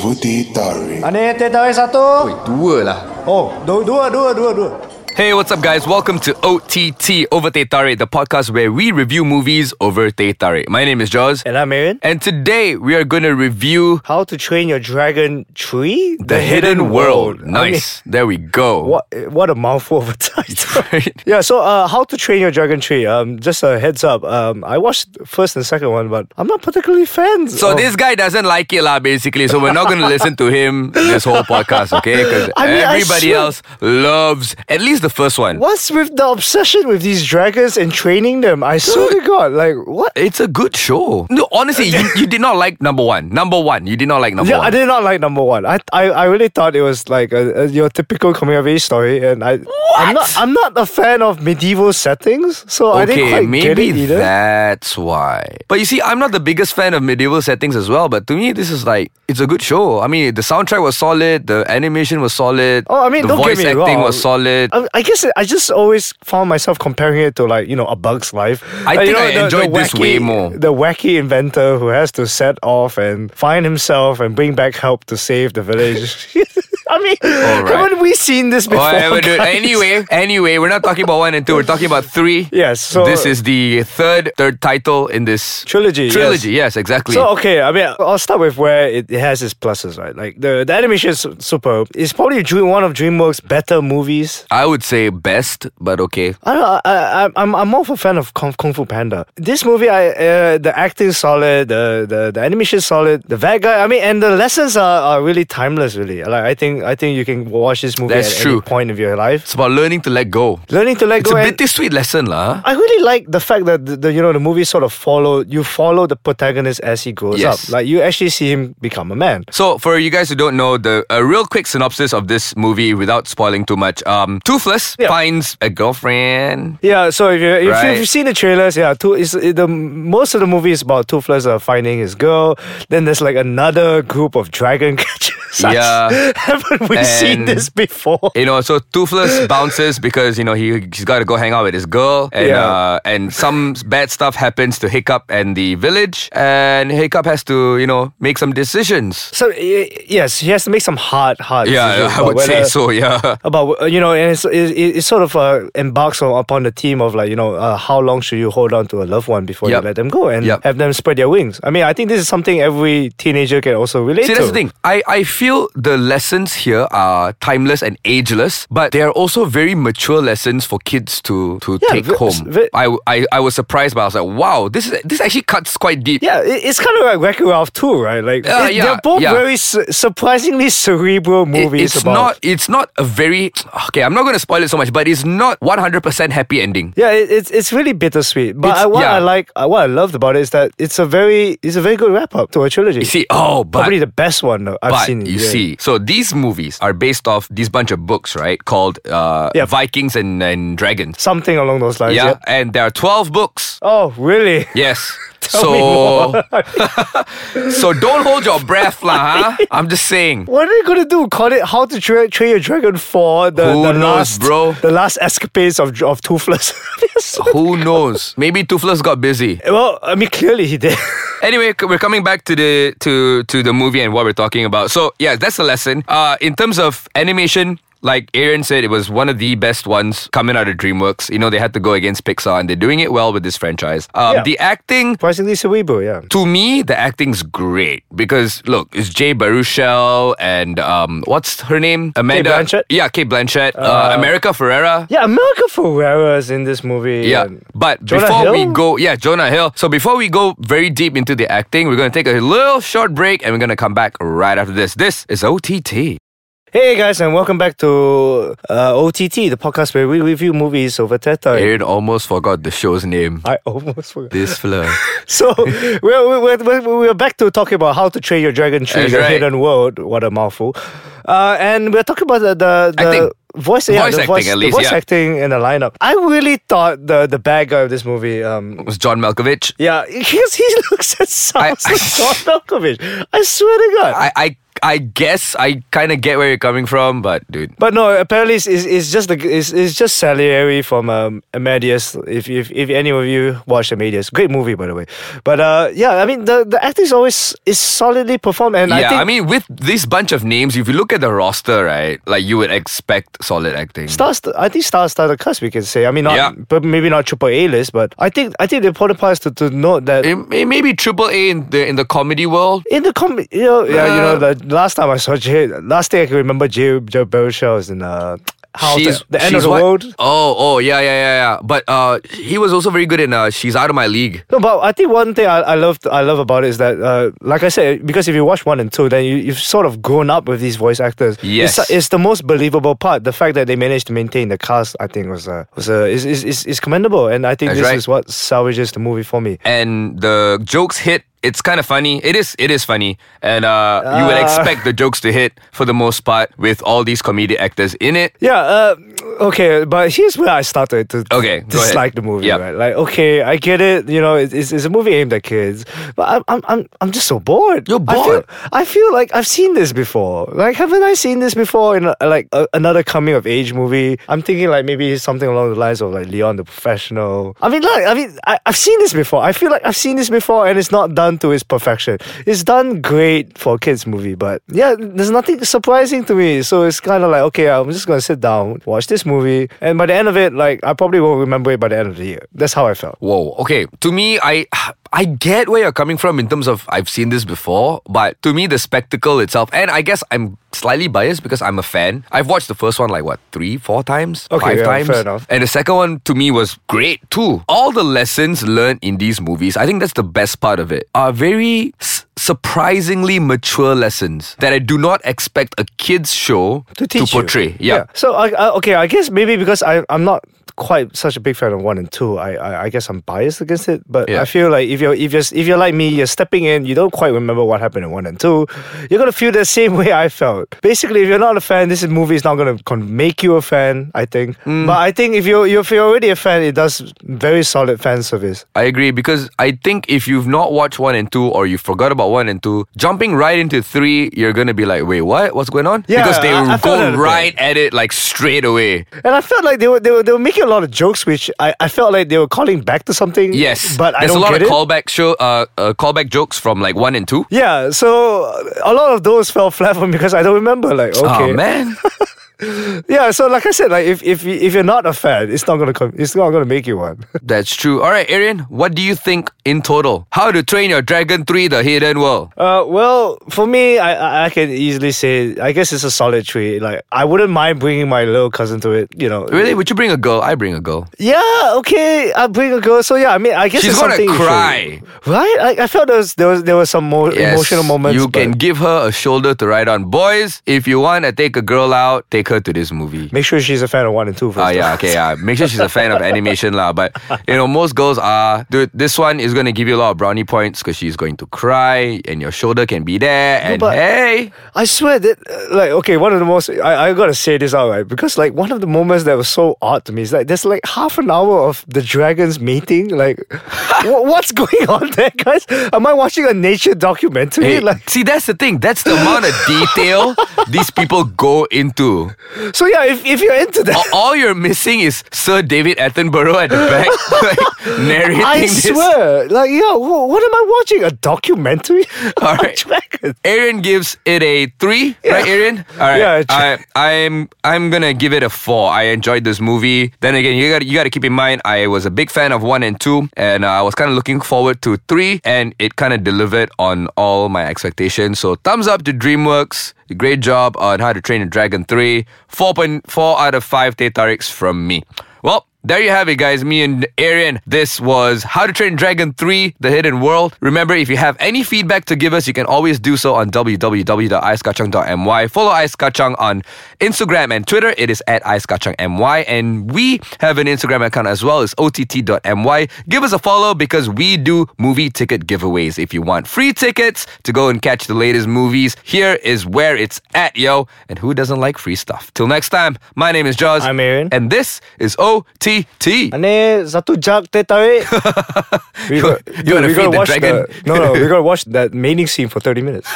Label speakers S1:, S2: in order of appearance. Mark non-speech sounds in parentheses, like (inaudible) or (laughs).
S1: Adik, teh tarik satu.
S2: Oi, dua lah
S1: Oh, dua, dua, dua, dua, dua.
S3: Hey, what's up, guys? Welcome to OTT Over Teh Tarik, the podcast where we review movies over Teh Tarik. My name is Jaws,
S1: And I'm Aaron.
S3: and today we are going to review
S1: How to Train Your Dragon 3?
S3: The, Hidden, World. Nice. there we go.
S1: what what a mouthful of a (laughs) title.
S3: Right.
S1: Yeah, so uh, How to Train Your Dragon 3. Um, just a heads up. Um, I watched the first and second one, but I'm not particularly fans.
S3: (laughs) So
S1: of-
S3: this guy doesn't like it lah, basically. So we're not going to listen to him this whole podcast,
S1: (laughs)
S3: okay? Because
S1: I mean, I
S3: everybody
S1: should-
S3: else loves at least the first one.
S1: What's with the obsession with these dragons and training them? I swear to God, like what?
S3: It's a good show. No, honestly, you, you did not like number one. Number one, you did not like number
S1: Yeah, I
S3: one.
S1: did not like number one. I I, I really thought it was like a, a, your typical coming of age story, and I I'm not I'm not a fan of medieval settings, so I didn't
S3: Okay,
S1: quite get
S3: maybe
S1: it either.
S3: that's why. But you see, I'm not the biggest fan of medieval settings as well. But to me, this is like it's a good show. I mean, the soundtrack was solid, the animation was solid.
S1: Oh, I mean,
S3: the
S1: don't get
S3: voice
S1: me
S3: acting
S1: wrong.
S3: was solid.
S1: I, I guess I just always found myself comparing it to like you know a bug's life.
S3: I
S1: Like,
S3: think
S1: you know,
S3: I enjoyed this way more.
S1: The wacky inventor who has to set off and find himself and bring back help to save the village. (laughs) I mean,
S3: right.
S1: haven't we seen this before?
S3: Whatever, dude.
S1: guys? (laughs)
S3: Anyway, anyway, we're not talking about one and two. We're talking about three.
S1: Yes, so-
S3: this is the third third title in this
S1: Trilogy, yes.
S3: Trilogy. Yes, exactly.
S1: So okay, I mean, I'll start with where it, it has its pluses, right? Like the, the animation is superb. It's probably dream, one of DreamWorks' better movies.
S3: I would say best, but okay.
S1: I don't know. I, I, I'm I'm more of a fan of Kung, Kung Fu Panda. This movie, I uh, the acting solid, the the the animation solid, the bad guy. I mean, and the lessons are, are really timeless. Really, like I think I think you can watch this movie
S3: That's
S1: at
S3: true.
S1: any point of your life.
S3: It's about learning to let go.
S1: Learning to let
S3: It's
S1: go.
S3: a
S1: and-
S3: bittersweet lesson, lah.
S1: I really like the fact that the, the you know the movie sort of follow you follow the protagonist as he grows
S3: Yes.
S1: up. Like you actually see him become a man.
S3: So, for you guys who don't know, the a real quick synopsis of this movie without spoiling too much. Um, Toothless
S1: Yeah.
S3: finds a girlfriend.
S1: Yeah, so if, you, if, you,
S3: Right.
S1: if you've seen the trailers, yeah, two, it's, it, the most of the movie is about Toothless uh, finding his girl. Then there's like another group of dragon (laughs) catchers. I
S3: Yeah.
S1: s- (laughs) haven't we seen
S3: And-
S1: this before?
S3: You know, so
S1: (laughs)
S3: Toothless bounces because you know he he's got to go hang out with his girl, and
S1: Yeah.
S3: uh, and some bad stuff happens to Hiccup and the village, and Hiccup has to you know make some decisions.
S1: So y- yes, he has to make some hard, hard.
S3: Yeah, (laughs)
S1: decisions
S3: I
S1: about
S3: would say
S1: whether-
S3: so. Yeah.
S1: About uh, you know, and it's, it, it it sort of uh, embarks on, upon the theme of like you know, uh, how long should you hold on to a loved one before
S3: Yep.
S1: you let them go and
S3: Yep.
S1: have them spread their wings? I mean, I think this is something every teenager can also relate
S3: See,
S1: to.
S3: that's the thing. I, I feel the lessons here are timeless and ageless, but they are also very mature lessons for kids to, to
S1: Yeah,
S3: take
S1: ve-
S3: home.
S1: ve-
S3: I, I, I was surprised, but I was like, wow, this is, this actually cuts quite deep.
S1: Yeah, it, it's kind of like Wreck-It Ralph too, right? Like
S3: Uh,
S1: it-
S3: yeah,
S1: they're both
S3: yeah.
S1: very su- surprisingly cerebral
S3: It-
S1: movies.
S3: it's
S1: about,
S3: not it's not a very okay i'm not going to spoil it so much but it's not 100% happy ending
S1: Yeah, it, it's it's really bittersweet. But
S3: It's-
S1: I, what
S3: yeah.
S1: I like, uh, what I loved about it is that it's a very it's a very good wrap up to a trilogy.
S3: you see oh but
S1: Probably the best one though, I've
S3: but
S1: seen.
S3: you
S1: yeah.
S3: see, so these movies are based off these bunch of books, right? Called uh,
S1: Yep.
S3: Vikings and, and Dragons.
S1: something along those lines.
S3: Yeah,
S1: yep.
S3: and there are twelve books.
S1: Oh, really? (laughs)
S3: Yes.
S1: me
S3: so, (laughs) so don't hold your breath, lah. Huh? I'm just saying.
S1: What are they gonna do? Call it How to Tra- Train Your Dragon for the,
S3: Who
S1: the
S3: knows,
S1: last
S3: bro? Oh.
S1: the last escapades of of Toothless. (laughs)
S3: Who knows? Maybe Toothless got busy.
S1: well, I mean, clearly he did. (laughs)
S3: Anyway, c- we're coming back to the to to the movie and what we're talking about. So yeah, that's the lesson. Uh, in terms of animation. Like Aaron said, it was one of the best ones coming out of DreamWorks. You know, they had to go against Pixar, and they're doing it well with this franchise. Um,
S1: Yeah.
S3: The acting,
S1: Surprisingly cerebral, yeah.
S3: to me, the acting's great because look, it's Jay Baruchel and um, what's her name? Amanda.
S1: Blanchett?
S3: Yeah, Kate Blanchett. Uh, America Ferrera.
S1: Yeah, America Ferrera is in this movie.
S3: Yeah,
S1: and-
S3: but
S1: Jonah
S3: before we
S1: Hill?
S3: go, yeah, Jonah Hill. So before we go very deep into the acting, we're gonna take a little short break and we're gonna come back right after this. This is OTT.
S1: Hey guys, and welcome back to uh, OTT, the podcast where we review movies over Teta.
S3: Aaron almost forgot the show's name.
S1: I almost forgot.
S3: This flirt.
S1: (laughs) So we're, we're, we're, we're back to talking about how to train your dragon tree,
S3: That's
S1: the
S3: right.
S1: hidden world. What a mouthful! Uh, and we're talking about the the,
S3: Acting.
S1: the voice, yeah,
S3: Voice
S1: the
S3: acting,
S1: voice,
S3: at
S1: the
S3: least,
S1: voice
S3: yeah.
S1: acting and the lineup. I really thought the the bad guy of this movie. Um,
S3: was John Malkovich.
S1: (laughs) yeah, because he looks and sounds
S3: I- (laughs)
S1: like John Malkovich. I swear to God.
S3: I, I I guess I kind of get where you're coming from, but dude,
S1: But no, apparently it's, it's, it's just the it's, it's just Salieri from um, Amadeus. If, if if any of you watched Amadeus, great movie by the way. But uh, yeah, I mean the the acting is always is solidly performed, and I
S3: yeah,
S1: think
S3: I mean, with this bunch of names, if you look at the roster, right, like you would expect solid acting.
S1: stars. I think stars stars the cast. We can say. I mean, not
S3: Yeah.
S1: but maybe not triple A list, but I think I think the important part is to, to note that.
S3: It, it may be triple A in the in the comedy world.
S1: in the com, you know, yeah, you know,
S3: Uh,
S1: the last time I saw Jay, last thing I can remember Jay Joe Belcher was in uh, how the, the end of
S3: she's
S1: the
S3: what-
S1: world.
S3: Oh, oh, yeah, yeah, yeah, yeah. But uh, he was also very good in uh, She's Out of My League.
S1: No, but I think one thing I, I love I love about it is that, uh, like I said, because if you watch one and two, then you, you've sort of grown up with these voice actors.
S3: Yes.
S1: it's, it's the most believable part. The fact that they managed to maintain the cast, I think, was uh, was uh, is, is, is, is commendable, and I think
S3: That's
S1: this
S3: right.
S1: is what salvages the movie for me.
S3: and the jokes hit. It's kind of funny. It is. It is funny, and uh, you would
S1: Ah.
S3: expect the jokes to hit for the most part with all these comedic actors in it.
S1: Yeah, uh, okay, but here's where I started to
S3: Okay, go ahead.
S1: dislike the movie.
S3: Yeah.
S1: Right, like okay, I get it. You know, it- it's, it's a movie aimed at kids, but I'm I'm I'm, I'm just so bored.
S3: You're
S1: I feel-
S3: bored.
S1: I feel, like I've seen this before. Like, haven't I seen this before in a, like a, another coming of age movie? I'm thinking like maybe something along the lines of like Leon the Professional. I mean, like I mean, I, I've seen this before. I feel like I've seen this before, and it's not done to its perfection. It's done great for a kids movie, but yeah, there's nothing surprising to me. So it's kind of like okay, I'm just gonna sit down, watch this movie, and by the end of it, like I probably won't remember it by the end of the year. That's how I felt.
S3: Whoa. Okay. To me, I I get where you're coming from in terms of I've seen this before, but to me the spectacle itself, and I guess I'm slightly biased because I'm a fan. I've watched the first one like what three, four times,
S1: Okay,
S3: five
S1: yeah,
S3: times,
S1: fair enough.
S3: and the second one to me was great too. All the lessons learned in these movies, I think that's the best part of it, are very s- surprisingly mature lessons that I do not expect a kids show
S1: to teach you.
S3: portray. yeah.
S1: So I, I, okay, I guess maybe because I I'm not quite such a big fan of one and two. I I, I guess I'm biased against it. But
S3: Yeah.
S1: I feel like if you're if you're if you're like me, you're stepping in. You don't quite remember what happened in one and two. You're gonna feel the same (laughs) way I felt. Basically, if you're not a fan, this movie is not gonna con- make you a fan. I think.
S3: Mm.
S1: But I think if you if you're already a fan, it does very solid fan service.
S3: I agree because I think if you've not watched one and two or you forgot about one and two, jumping right into three, you're gonna be like, wait, what? What's going on?
S1: Yeah,
S3: because they
S1: I- I felt that a bit.
S3: go right at it like straight away.
S1: And I felt like they were they were, they were making a lot of jokes, which I, I felt like they were calling back to something.
S3: Yes,
S1: but I
S3: there's
S1: don't
S3: a lot
S1: get
S3: of
S1: it.
S3: callback show, uh, uh, callback jokes from like one and two.
S1: Yeah, so a lot of those fell flat for me because I don't remember. Like, okay,
S3: Oh
S1: (laughs)
S3: man,
S1: yeah. So, like I said, like if if if you're not a fan, it's not gonna come. It's not gonna make you one. (laughs)
S3: that's true. All right, Arian, what do you think in total? How to Train Your Dragon Three: The Hidden World?
S1: Uh, well, for me, I I- I can easily say I guess it's a solid three. Like, I wouldn't mind bringing my little cousin to it. You know,
S3: Really? Would you bring a girl? I bring a girl.
S1: Yeah, okay, I'll bring a girl. So yeah, I mean, I guess
S3: She's
S1: it's
S3: gonna
S1: something you should-
S3: cry.
S1: right? I, I felt there was there was there was some more
S3: Yes,
S1: emotional moments.
S3: You
S1: but-
S3: can give her a shoulder to ride on. Boys, if you want to take a girl out, take her to this movie.
S1: make sure she's a fan of one and two.
S3: Ah,
S1: first.
S3: yeah,
S1: (laughs)
S3: okay, yeah. Make sure she's a fan of animation, lah. But you know, most girls are. Dude, this one is gonna give you a lot of brownie points because she's going to cry, and your shoulder can be there. And
S1: but-
S3: hey,
S1: I swear that, uh, like, okay, one of the most, I, I gotta say this out, right? Because, like, one of the moments that was so odd to me is like, there's like half an hour of the dragons meeting. Like,
S3: (laughs)
S1: wha- what's going on there, guys? Am I watching a nature documentary?
S3: hey,
S1: Like,
S3: see, that's the thing. That's the amount of detail these people go into.
S1: so yeah, if, if you're into
S3: (laughs)
S1: that.
S3: A- All you're missing is Sir David Attenborough at the back, (laughs) like, narrating
S1: I
S3: this.
S1: swear, like, yeah, wha- what am I watching? A documentary? (laughs)
S3: All
S1: on
S3: right.
S1: dragons?
S3: Aaron gives it a three, right? Aaron, all right.
S1: Yeah,
S3: I, I'm I'm gonna give it a four. I enjoyed this movie. Then again, you got to you got to keep in mind I was a big fan of one and two, and uh, I was kind of looking forward to three, and it kind of delivered on all my expectations. So thumbs up to DreamWorks. Great job on How to Train a Dragon three. Four point four out of five Tetarix from me. Well. There you have it, guys. Me and Arian. This was How to Train Dragon 3 The Hidden World. Remember, if you have any feedback to give us, you can always do so on www.icekachang.my. Follow Ice Kachang on Instagram and Twitter. It is at icekachangmy. And we have an Instagram account as well. It's ott.my. Give us a follow because we do movie ticket giveaways. If you want free tickets to go and catch the latest movies, here is where it's at, yo. And who doesn't like free stuff? Till next time, my name is Jaws.
S1: I'm Aaron.
S3: And this is OTT T T.
S1: Ane satu jug teh
S3: (laughs)
S1: tarik. We got,
S3: You wanna
S1: we
S3: feed
S1: gotta
S3: the
S1: watch
S3: dragon? (laughs)
S1: no, no, we gotta watch that mating scene for thirty minutes.